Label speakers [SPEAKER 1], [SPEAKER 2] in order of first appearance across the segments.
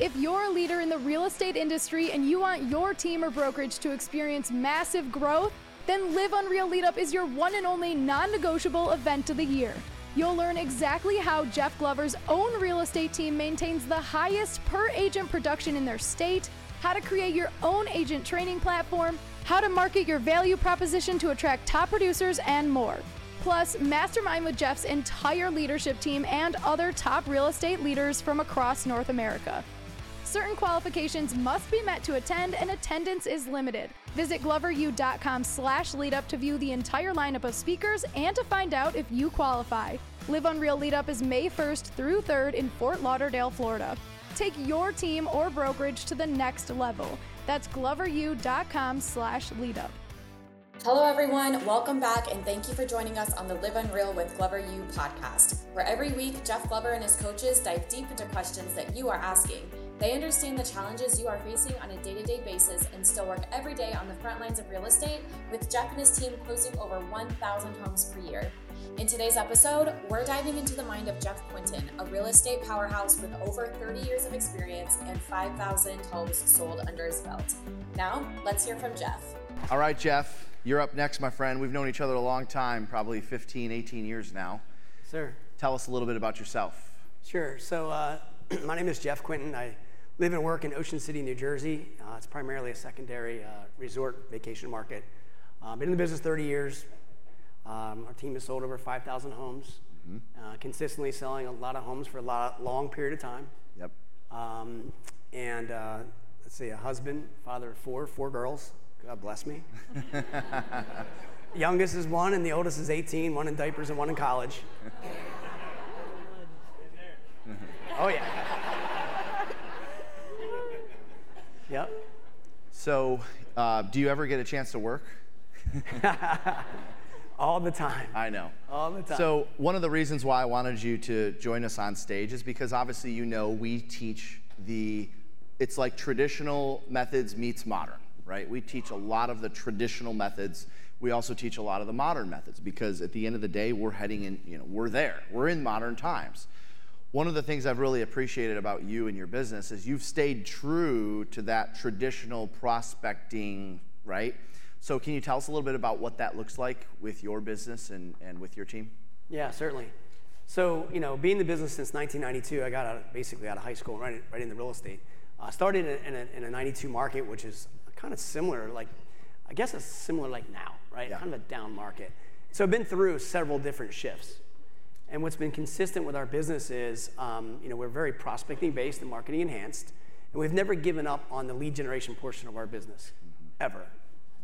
[SPEAKER 1] If you're a leader in the real estate industry and you want your team or brokerage to experience massive growth, then Live Unreal Lead Up is your one and only non negotiable event of the year. You'll learn exactly how Jeff Glover's own real estate team maintains the highest per agent production in their state, how to create your own agent training platform, how to market your value proposition to attract top producers, and more. Plus, mastermind with Jeff's entire leadership team and other top real estate leaders from across North America. Certain qualifications must be met to attend, and attendance is limited. Visit gloveru.com slash leadup to view the entire lineup of speakers and to find out if you qualify. Live Unreal Lead Up is May 1st through 3rd in Fort Lauderdale, Florida. Take your team or brokerage to the next level. That's gloveru.com slash leadup.
[SPEAKER 2] Hello, everyone. Welcome back, and thank you for joining us on the Live Unreal with Glover U podcast, where every week Jeff Glover and his coaches dive deep into questions that you are asking. They understand the challenges you are facing on a day to day basis and still work every day on the front lines of real estate, with Jeff and his team closing over 1,000 homes per year. In today's episode, we're diving into the mind of Jeff Quinton, a real estate powerhouse with over 30 years of experience and 5,000 homes sold under his belt. Now, let's hear from Jeff.
[SPEAKER 3] All right, Jeff, you're up next, my friend. We've known each other a long time, probably 15, 18 years now.
[SPEAKER 4] Sir.
[SPEAKER 3] Tell us a little bit about yourself.
[SPEAKER 4] Sure. So, uh, my name is Jeff Quinton. I live and work in Ocean City, New Jersey. Uh, it's primarily a secondary uh, resort vacation market. Uh, been in the business 30 years. Um, our team has sold over 5,000 homes, uh, consistently selling a lot of homes for a lot long period of time.
[SPEAKER 3] Yep.
[SPEAKER 4] Um, and uh, let's see, a husband, father of four, four girls. God bless me. Youngest is one, and the oldest is 18, one in diapers and one in college. oh, yeah. yep.
[SPEAKER 3] So, uh, do you ever get a chance to work?
[SPEAKER 4] All the time.
[SPEAKER 3] I know.
[SPEAKER 4] All the time.
[SPEAKER 3] So, one of the reasons why I wanted you to join us on stage is because obviously you know we teach the it's like traditional methods meets modern, right? We teach a lot of the traditional methods. We also teach a lot of the modern methods because at the end of the day we're heading in, you know, we're there. We're in modern times. One of the things I've really appreciated about you and your business is you've stayed true to that traditional prospecting, right? So, can you tell us a little bit about what that looks like with your business and, and with your team?
[SPEAKER 4] Yeah, certainly. So, you know, being in the business since 1992, I got out of, basically out of high school, right, right into real estate. Uh, started in a, in, a, in a 92 market, which is kind of similar, like, I guess it's similar like now, right?
[SPEAKER 3] Yeah.
[SPEAKER 4] Kind of a down market. So I've been through several different shifts. And what's been consistent with our business is, um, you know, we're very prospecting based and marketing enhanced. And we've never given up on the lead generation portion of our business, ever.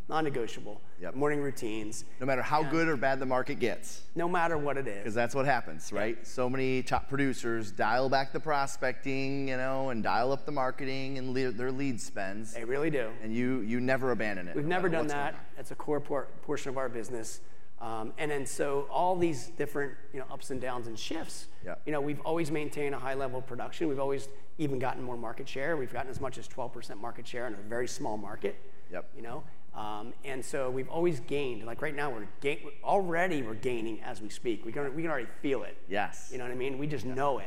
[SPEAKER 4] Non negotiable.
[SPEAKER 3] Mm-hmm. Yep.
[SPEAKER 4] Morning routines,
[SPEAKER 3] No matter how good or bad the market gets.
[SPEAKER 4] no matter what it is.
[SPEAKER 3] because that's what happens, right? So many top producers dial back the prospecting, you know, and dial up the marketing and le- their lead spends,
[SPEAKER 4] They really do.
[SPEAKER 3] and you you never abandon it.
[SPEAKER 4] We've
[SPEAKER 3] no
[SPEAKER 4] never
[SPEAKER 3] matter
[SPEAKER 4] done
[SPEAKER 3] what's
[SPEAKER 4] that.
[SPEAKER 3] going on.
[SPEAKER 4] That's a core por- portion of our business. Um, and then so all these different you know ups and downs and shifts.
[SPEAKER 3] Yeah.
[SPEAKER 4] You know we've always maintained a high level of production. We've always even gotten more market share. We've gotten as much as 12% market share in a very small market.
[SPEAKER 3] Yep.
[SPEAKER 4] You know. Um, and so we've always gained. Like right now, we're gain- already we're gaining as we speak. We can we can already feel it.
[SPEAKER 3] Yes. Mm-hmm.
[SPEAKER 4] You know what I mean? We just know it,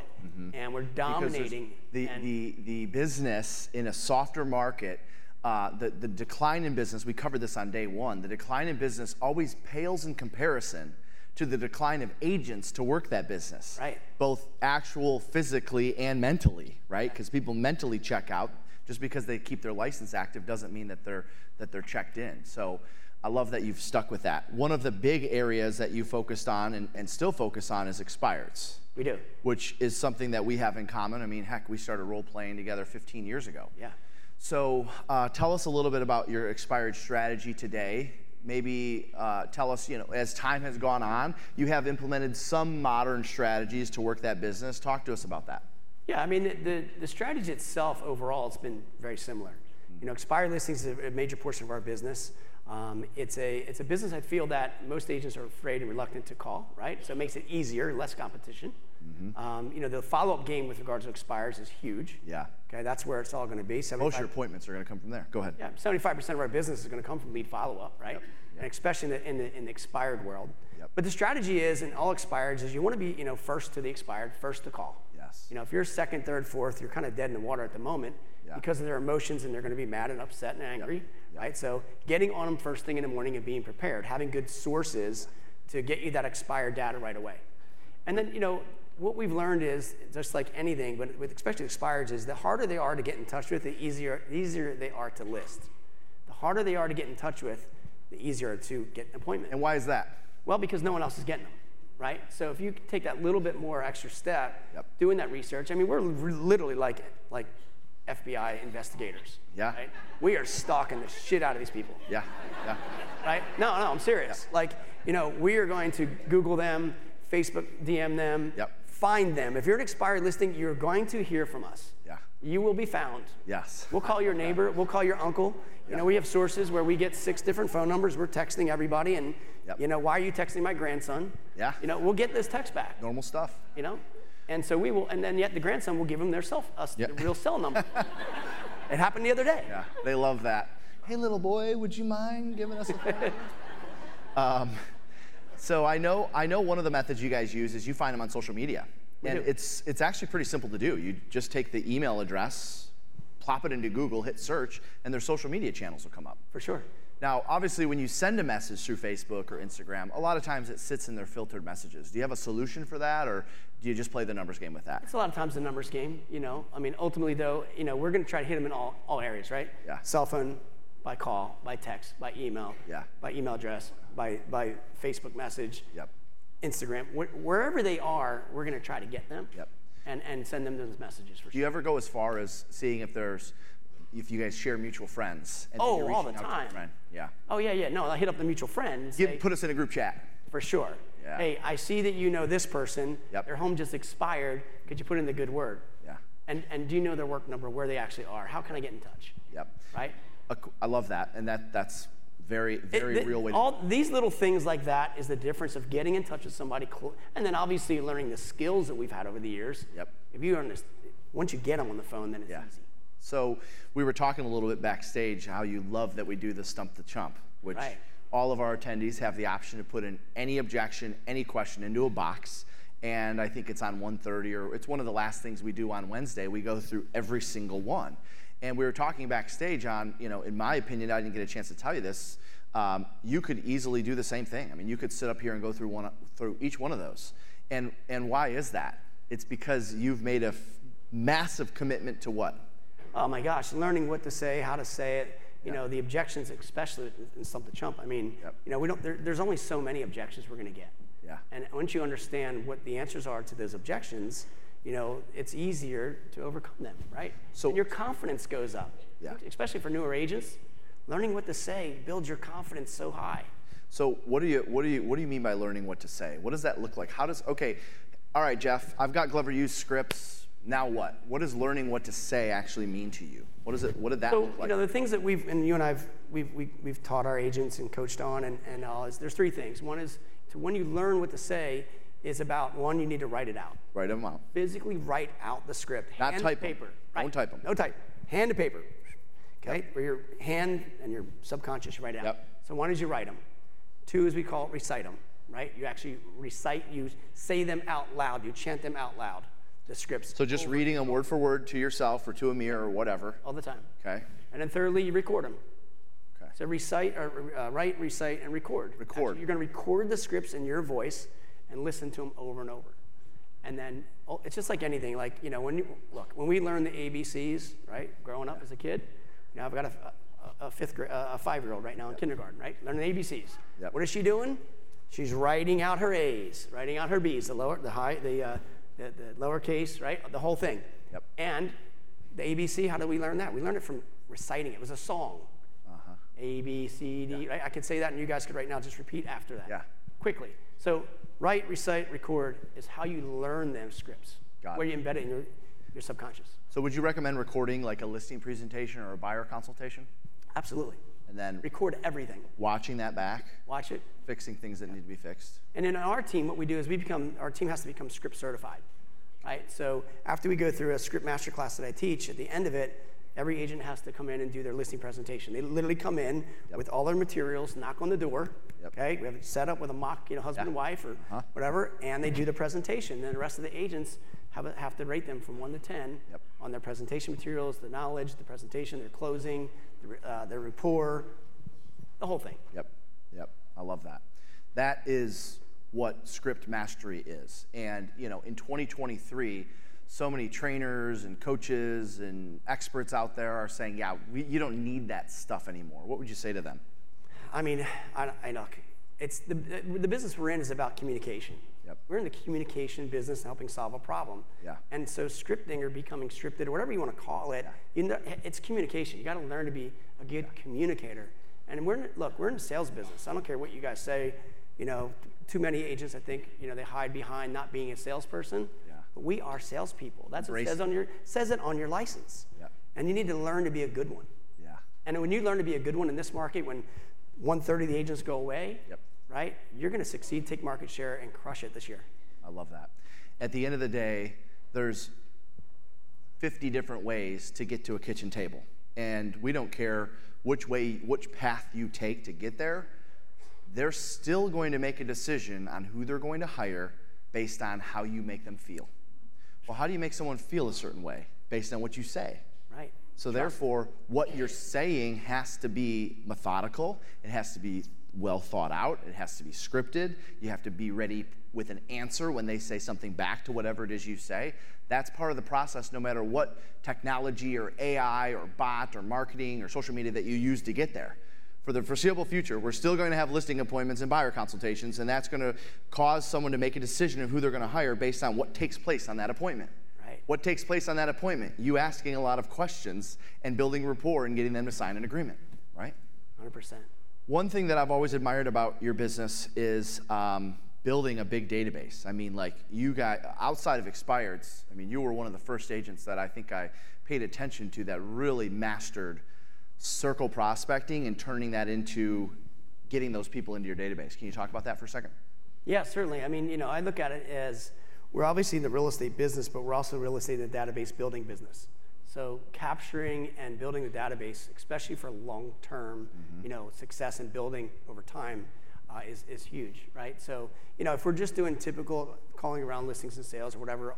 [SPEAKER 4] and we're
[SPEAKER 3] Because there's-
[SPEAKER 4] dominating.
[SPEAKER 3] The,
[SPEAKER 4] and-
[SPEAKER 3] the, the business in a softer market, uh, the, the decline in business, we covered this on day one, the decline in business always pales in comparison to the decline of agents to work that business.
[SPEAKER 4] Right.
[SPEAKER 3] Both actual, physically, and mentally, right? Because people mentally check out. Just because they keep their license active doesn't mean that they're, that they're checked in. So I love that you've stuck with that. One of the big areas that you focused on and, and still focus on is expireds
[SPEAKER 4] we do.
[SPEAKER 3] which is something that we have in common. I mean, heck, we started role playing together 15 years ago.
[SPEAKER 4] Yeah.
[SPEAKER 3] So uh, tell us a little bit about your expired strategy today. Maybe uh, tell us, you know, as time has gone on, you have implemented some modern strategies to work that business. Talk to us about that.
[SPEAKER 4] Yeah, I mean, the, the, the strategy itself overall has been very similar. You know, expired listings is a, a major portion of our business. Um, it's, a, it's a business I feel that most agents are afraid and reluctant to call, right? So it makes it easier, less competition.
[SPEAKER 3] Mm-hmm.
[SPEAKER 4] Um, you know, the follow up game with regards to expires is huge.
[SPEAKER 3] Yeah.
[SPEAKER 4] Okay, that's where it's all going to be.
[SPEAKER 3] Most of
[SPEAKER 4] 75
[SPEAKER 3] your appointments are going to come from there. Go ahead.
[SPEAKER 4] yeah, 75% of our business is going to come from lead follow up, right? And especially in the, in, the, in the expired world.
[SPEAKER 3] Yep.
[SPEAKER 4] But the strategy is, in all expireds, is you want to be you know, first to the expired, first to call.
[SPEAKER 3] Yes. Yes.
[SPEAKER 4] You know, if you're second, third, fourth, you're kind of dead in the water at the moment
[SPEAKER 3] Yeah.
[SPEAKER 4] because of their emotions and they're going to be mad and upset and angry, right? So getting on them first thing in the morning and being prepared, having good sources to get you that expired data right away. And then, you know, what we've learned is just like anything, but with especially expireds, is the harder they are to get in touch with, the easier, easier they are to list. The harder they are to get in touch with, the easier to get an appointment.
[SPEAKER 3] And why is that?
[SPEAKER 4] Well, because no one else is getting them, right? So if you take that little bit more extra step,
[SPEAKER 3] Yep.
[SPEAKER 4] doing that research, I mean, we're li- literally like like FBI investigators.
[SPEAKER 3] Yeah.
[SPEAKER 4] Right? We are stalking the shit out of these people
[SPEAKER 3] Yeah. Yeah.
[SPEAKER 4] right? No, no, I'm serious. Like, you know, we are going to Google them, Facebook DM them,
[SPEAKER 3] Yep.
[SPEAKER 4] find them. If you're an expired listing, you're going to hear from us.
[SPEAKER 3] Yeah.
[SPEAKER 4] You will be found.
[SPEAKER 3] Yes.
[SPEAKER 4] We'll call your neighbor, we'll call your uncle. You know, we have sources where we get six different phone numbers. We're texting everybody and
[SPEAKER 3] Yep.
[SPEAKER 4] you know, why are you texting my grandson?
[SPEAKER 3] Yeah.
[SPEAKER 4] You know, we'll get this text back.
[SPEAKER 3] Normal stuff.
[SPEAKER 4] You know? And so we will and then yet the grandson will give them their self us
[SPEAKER 3] Yeah.
[SPEAKER 4] the real cell number. it happened the other day.
[SPEAKER 3] Yeah, they love that. Hey, little boy, would you mind giving us a phone? um, so I know, I know one of the methods you guys use is you find them on social media, and
[SPEAKER 4] do.
[SPEAKER 3] it's it's actually pretty simple to do. You just take the email address, plop it into Google, hit search, and their social media channels will come up.
[SPEAKER 4] For sure.
[SPEAKER 3] Now, obviously, when you send a message through Facebook or Instagram, a lot of times it sits in their filtered messages. Do you have a solution for that, or do you just play the numbers game with that?
[SPEAKER 4] It's a lot of times a numbers game, you know. I mean, ultimately, though, you know, we're going to try to hit them in all, all areas, right?
[SPEAKER 3] Yeah.
[SPEAKER 4] Cell phone, by call, by text, by email,
[SPEAKER 3] Yeah.
[SPEAKER 4] by email address, by, by Facebook message,
[SPEAKER 3] Yep.
[SPEAKER 4] Instagram. Wh- wherever they are, we're going to try to get them
[SPEAKER 3] Yep.
[SPEAKER 4] and, and send them those messages for
[SPEAKER 3] Do
[SPEAKER 4] sure.
[SPEAKER 3] you ever go as far as seeing if there's, if you guys share mutual friends? And then
[SPEAKER 4] Oh,
[SPEAKER 3] you're
[SPEAKER 4] all the
[SPEAKER 3] reaching out to a
[SPEAKER 4] time.
[SPEAKER 3] friend? Yeah.
[SPEAKER 4] Oh, yeah, yeah. No, I'll hit up the mutual friends.
[SPEAKER 3] Give, put us in a group chat.
[SPEAKER 4] for sure.
[SPEAKER 3] Yeah.
[SPEAKER 4] Hey, I see that you know this person.
[SPEAKER 3] Yep.
[SPEAKER 4] Their home just expired. Could you put in the good word?
[SPEAKER 3] Yeah.
[SPEAKER 4] And, and do you know their work number, where they actually are? How can I get in touch?
[SPEAKER 3] Yep.
[SPEAKER 4] Right?
[SPEAKER 3] A qu- I love that, and that that's very
[SPEAKER 4] It-
[SPEAKER 3] very
[SPEAKER 4] th-
[SPEAKER 3] real way. to-
[SPEAKER 4] All these little things like that is the difference of getting in touch with somebody, cl- and then obviously learning the skills that we've had over the years.
[SPEAKER 3] Yep.
[SPEAKER 4] If you understand, once you get them on the phone, then it's
[SPEAKER 3] yeah.
[SPEAKER 4] easy.
[SPEAKER 3] So we were talking a little bit backstage how you love that we do the stump the chump, which
[SPEAKER 4] Right.
[SPEAKER 3] all of our attendees have the option to put in any objection, any question into a box. And I think it's on 1:30 or it's one of the last things we do on Wednesday. We go through every single one. And we were talking backstage on, you know, in my opinion, I didn't get a chance to tell you this. Um, you could easily do the same thing. I mean, you could sit up here and go through one through each one of those. And and why is that? It's because you've made a f- massive commitment to what?
[SPEAKER 4] Oh my gosh, learning what to say, how to say it. You know, the objections, especially in Stump the Chump. I mean,
[SPEAKER 3] Yep.
[SPEAKER 4] you know, we don't. There, there's only so many objections we're going to get.
[SPEAKER 3] Yeah.
[SPEAKER 4] And once you understand what the answers are to those objections, you know, it's easier to overcome them, right?
[SPEAKER 3] So-
[SPEAKER 4] And your confidence goes up.
[SPEAKER 3] Yeah.
[SPEAKER 4] Especially for newer agents, learning what to say builds your confidence so high.
[SPEAKER 3] So what do you what do you what do you mean by learning what to say? What does that look like? How does okay, all right, Jeff, I've got Glover Use scripts. Now what? What does learning what to say actually mean to you? What is it? What did that
[SPEAKER 4] So
[SPEAKER 3] look
[SPEAKER 4] you
[SPEAKER 3] like?
[SPEAKER 4] know the things that we've and you and I've we've we, we've taught our agents and coached on and and all is there's three things. One is to when you learn what to say is about one you need to write it out.
[SPEAKER 3] Write them out.
[SPEAKER 4] physically write out the script.
[SPEAKER 3] Not
[SPEAKER 4] hand
[SPEAKER 3] type
[SPEAKER 4] to
[SPEAKER 3] 'em.
[SPEAKER 4] paper.
[SPEAKER 3] Don't
[SPEAKER 4] Right.
[SPEAKER 3] type 'em.
[SPEAKER 4] No type. Hand to paper. Okay? Where your hand and your subconscious write out.
[SPEAKER 3] Yep.
[SPEAKER 4] So one is you write them. Two is we call it recite them, right? You actually recite, you say them out loud, you chant them out loud, the scripts
[SPEAKER 3] So just reading them word for word to yourself or to a mirror or whatever.
[SPEAKER 4] all the time.
[SPEAKER 3] Okay.
[SPEAKER 4] And then thirdly, you record them.
[SPEAKER 3] Okay.
[SPEAKER 4] So recite, or uh, write, recite, and record.
[SPEAKER 3] Record.
[SPEAKER 4] Actually, you're going to record the scripts in your voice and listen to them over and over. And then oh, it's just like anything. Like you know, when you, look, when we learn the ABCs, right? Growing up as a kid, you know, I've got a, a, a fifth, gra- a five-year-old right now in kindergarten, right? Learning the ABCs.
[SPEAKER 3] Yep.
[SPEAKER 4] What is she doing? She's writing out her A's, writing out her B's, the lower, the high, the, uh, the, the lowercase, right? The whole thing.
[SPEAKER 3] Yep.
[SPEAKER 4] And the ABC, how did we learn that? We learned it from reciting it. It was a song. Uh-huh. A, B, C, D. Right? I could say that, and you guys could right now just repeat after that.
[SPEAKER 3] Yeah.
[SPEAKER 4] Quickly. So, write, recite, record is how you learn them scripts.
[SPEAKER 3] Got
[SPEAKER 4] where
[SPEAKER 3] it.
[SPEAKER 4] you embed it in your, your subconscious.
[SPEAKER 3] So would you recommend recording like a listing presentation or a buyer consultation,
[SPEAKER 4] Absolutely.
[SPEAKER 3] and then
[SPEAKER 4] Record everything.
[SPEAKER 3] watching that back,
[SPEAKER 4] Watch it.
[SPEAKER 3] fixing things that need to be fixed?
[SPEAKER 4] And in our team, what we do is we become our team has to become script certified, right? So after we go through a script master class that I teach, at the end of it, every agent has to come in and do their listing presentation. They literally come in with all their materials, knock on the door.
[SPEAKER 3] Yep.
[SPEAKER 4] Okay, we have it set up with a mock, you know, husband
[SPEAKER 3] Yeah. Uh-huh.
[SPEAKER 4] and wife or whatever, and they do the presentation. Then the rest of the agents have, have to rate them from one to 10
[SPEAKER 3] Yep.
[SPEAKER 4] on their presentation materials, the knowledge, the presentation, their closing, the re- uh, their rapport, the whole thing.
[SPEAKER 3] Yep. Yep. I love that. That is what script mastery is. And, you know, in 2023, so many trainers and coaches and experts out there are saying, yeah, we, you don't need that stuff anymore. What would you say to them?
[SPEAKER 4] I mean, I, I look, it's the, the business we're in is about communication.
[SPEAKER 3] Yep.
[SPEAKER 4] We're in the communication business and helping solve a problem.
[SPEAKER 3] Yeah.
[SPEAKER 4] And so scripting or becoming scripted or whatever you want to call it, you know, it's communication. You got to learn to be a good communicator. And we're in- look, we're in the sales business. I don't care what you guys say. You know, t- too many agents, I think, you know, they hide behind not being a salesperson.
[SPEAKER 3] Yeah.
[SPEAKER 4] But we are salespeople. That's what it
[SPEAKER 3] Embrace
[SPEAKER 4] says
[SPEAKER 3] it.
[SPEAKER 4] on your says it on your license.
[SPEAKER 3] Yep.
[SPEAKER 4] And you need to learn to be a good one.
[SPEAKER 3] Yeah.
[SPEAKER 4] And when you learn to be a good one in this market, when one third of the agents go away,
[SPEAKER 3] Yep.
[SPEAKER 4] right, you're going to succeed, take market share, and crush it this year.
[SPEAKER 3] I love that. At the end of the day, there's 50 different ways to get to a kitchen table. And we don't care which way, which path you take to get there. They're still going to make a decision on who they're going to hire based on how you make them feel. Well, how do you make someone feel a certain way? Based on what you say.
[SPEAKER 4] Right.
[SPEAKER 3] So, therefore, what you're saying has to be methodical, it has to be well thought out, it has to be scripted. You have to be ready with an answer when they say something back to whatever it is you say. That's part of the process, no matter what technology or AI or bot or marketing or social media that you use to get there. For the foreseeable future, we're still going to have listing appointments and buyer consultations, and that's going to cause someone to make a decision of who they're going to hire based on what takes place on that appointment.
[SPEAKER 4] Right.
[SPEAKER 3] What takes place on that appointment? You asking a lot of questions and building rapport and getting them to sign an agreement, right?
[SPEAKER 4] 100%.
[SPEAKER 3] One thing that I've always admired about your business is um, building a big database. I mean, like you got outside of expireds, I mean, you were one of the first agents that I think I paid attention to that really mastered circle prospecting and turning that into getting those people into your database. Can you talk about that for a second?
[SPEAKER 4] Yeah, certainly. I mean, you know, I look at it as we're obviously in the real estate business, but we're also real estate and database building business. So capturing and building the database, especially for long-term,
[SPEAKER 3] Mm-hmm.
[SPEAKER 4] you know, success and building over time, uh, is is huge, right? So you know, if we're just doing typical calling around listings and sales or whatever,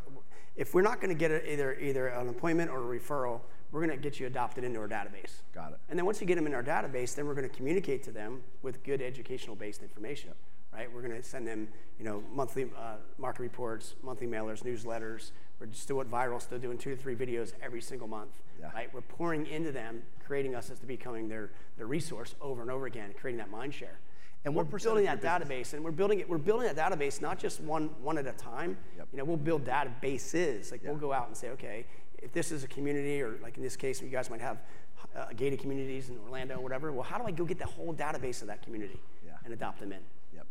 [SPEAKER 4] if we're not going to get a, either either an appointment or a referral, we're going to get you adopted into our database.
[SPEAKER 3] Got it.
[SPEAKER 4] And then once you get them in our database, then we're going to communicate to them with good educational-based information, right? We're going to send them, you know, monthly uh, market reports, monthly mailers, newsletters. We're just doing viral, still doing two to three videos every single month,
[SPEAKER 3] Yeah.
[SPEAKER 4] right? We're pouring into them, creating us as to becoming their their resource over and over again, creating that mind share.
[SPEAKER 3] And
[SPEAKER 4] we're
[SPEAKER 3] what percent of
[SPEAKER 4] building that database, and we're building it. We're building that database not just one one at a time.
[SPEAKER 3] Yep.
[SPEAKER 4] You know, we'll build databases. Like we'll
[SPEAKER 3] Yeah.
[SPEAKER 4] go out and say, okay, if this is a community, or like in this case, you guys might have uh, gated communities in Orlando, or whatever. Well, how do I go get the whole database of that community
[SPEAKER 3] Yeah.
[SPEAKER 4] and adopt them in?
[SPEAKER 3] Yep.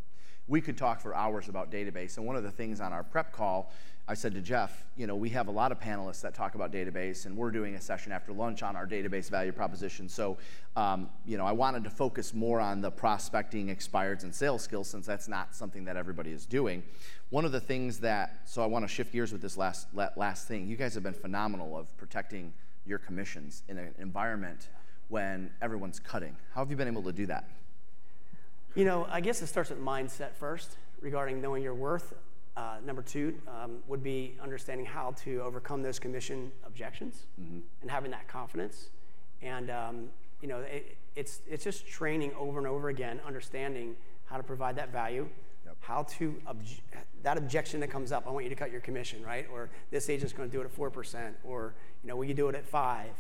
[SPEAKER 3] We could talk for hours about database. And one of the things on our prep call, I said to Jeff, you know, we have a lot of panelists that talk about database, and we're doing a session after lunch on our database value proposition. So, um, you know, I wanted to focus more on the prospecting, expireds, and sales skills since that's not something that everybody is doing. One of the things that, so I want to shift gears with this last la- last thing. You guys have been phenomenal of protecting your commissions in an environment when everyone's cutting. How have you been able to do that?
[SPEAKER 4] You know, I guess it starts with mindset first regarding knowing your worth. Uh, number two um, would be understanding how to overcome those commission objections and having that confidence. And um, you know, it, it's it's just training over and over again, understanding how to provide that value,
[SPEAKER 3] Yep.
[SPEAKER 4] how to obj- that objection that comes up. I want you to cut your commission, right? Or this agent's going to do it at four percent, or you know, will you do it at five?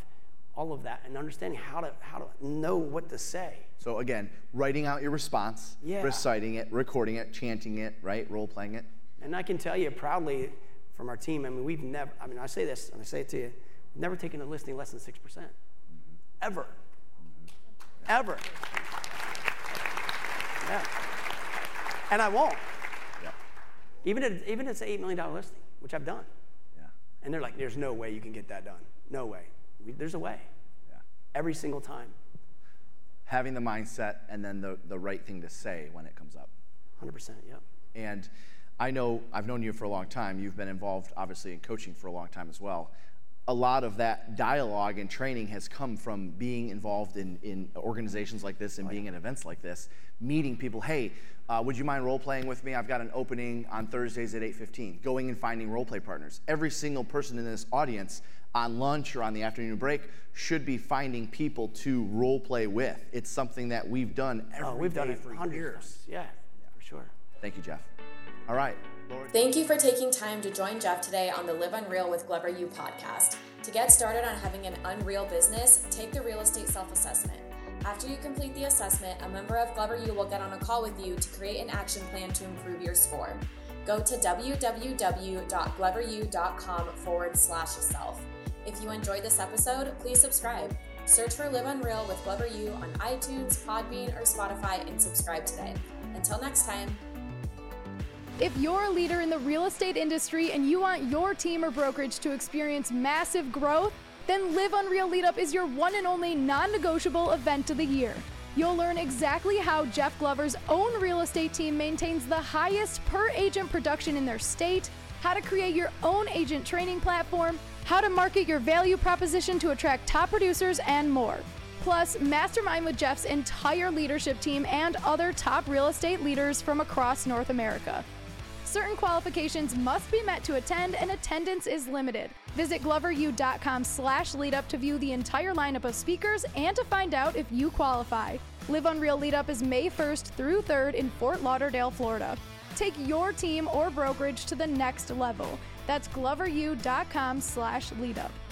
[SPEAKER 4] All of that, and understanding how to how to know what to say.
[SPEAKER 3] So again, writing out your response,
[SPEAKER 4] Yeah.
[SPEAKER 3] reciting it, recording it, chanting it, right? Role playing it.
[SPEAKER 4] And I can tell you proudly from our team, I mean, we've never, I mean, I say this and I say it to you, we've never taken a listing less than 6%. percent Ever.
[SPEAKER 3] Mm-hmm.
[SPEAKER 4] Ever. Yeah. And I won't.
[SPEAKER 3] Yeah.
[SPEAKER 4] Even if, even if it's an $8 million listing, which I've done.
[SPEAKER 3] Yeah.
[SPEAKER 4] And they're like, there's no way you can get that done. No way. We, there's a way.
[SPEAKER 3] Yeah.
[SPEAKER 4] Every single time.
[SPEAKER 3] Having the mindset and then the, the right thing to say when it comes up.
[SPEAKER 4] 100%. Yep.
[SPEAKER 3] And I know I've known you for a long time. You've been involved, obviously, in coaching for a long time as well. a lot of that dialogue and training has come from being involved in, in organizations like this
[SPEAKER 4] Oh,
[SPEAKER 3] and being at events like this, meeting people. Hey, uh, would you mind role playing with me? I've got an opening on Thursdays at 8:15. Going and finding role play partners. Every single person in this audience on lunch or on the afternoon break should be finding people to role play with. It's something that we've done every
[SPEAKER 4] Oh, we've done
[SPEAKER 3] day
[SPEAKER 4] it
[SPEAKER 3] for
[SPEAKER 4] for hundreds.
[SPEAKER 3] years.
[SPEAKER 4] times. Yeah, for sure.
[SPEAKER 3] Thank you, Jeff. All right, Lord.
[SPEAKER 2] Thank you for taking time to join Jeff today on the Live Unreal with Glover U podcast. To get started on having an unreal business, take the real estate self assessment. After you complete the assessment, a member of Glover U will get on a call with you to create an action plan to improve your score. Go to www.gloveru.com forward slash self. If you enjoyed this episode, please subscribe. Search for Live Unreal with Glover U on iTunes, Podbean, or Spotify and subscribe today. Until next time,
[SPEAKER 1] If you're a leader in the real estate industry and you want your team or brokerage to experience massive growth, then Live Unreal Lead Up is your one and only non negotiable event of the year. You'll learn exactly how Jeff Glover's own real estate team maintains the highest per agent production in their state, how to create your own agent training platform, how to market your value proposition to attract top producers, and more. Plus, mastermind with Jeff's entire leadership team and other top real estate leaders from across North America. Certain qualifications must be met to attend, and attendance is limited. Visit gloveru.com slash leadup to view the entire lineup of speakers and to find out if you qualify. Live Unreal Lead Up is May 1st through 3rd in Fort Lauderdale, Florida. Take your team or brokerage to the next level. That's gloveru.com slash leadup.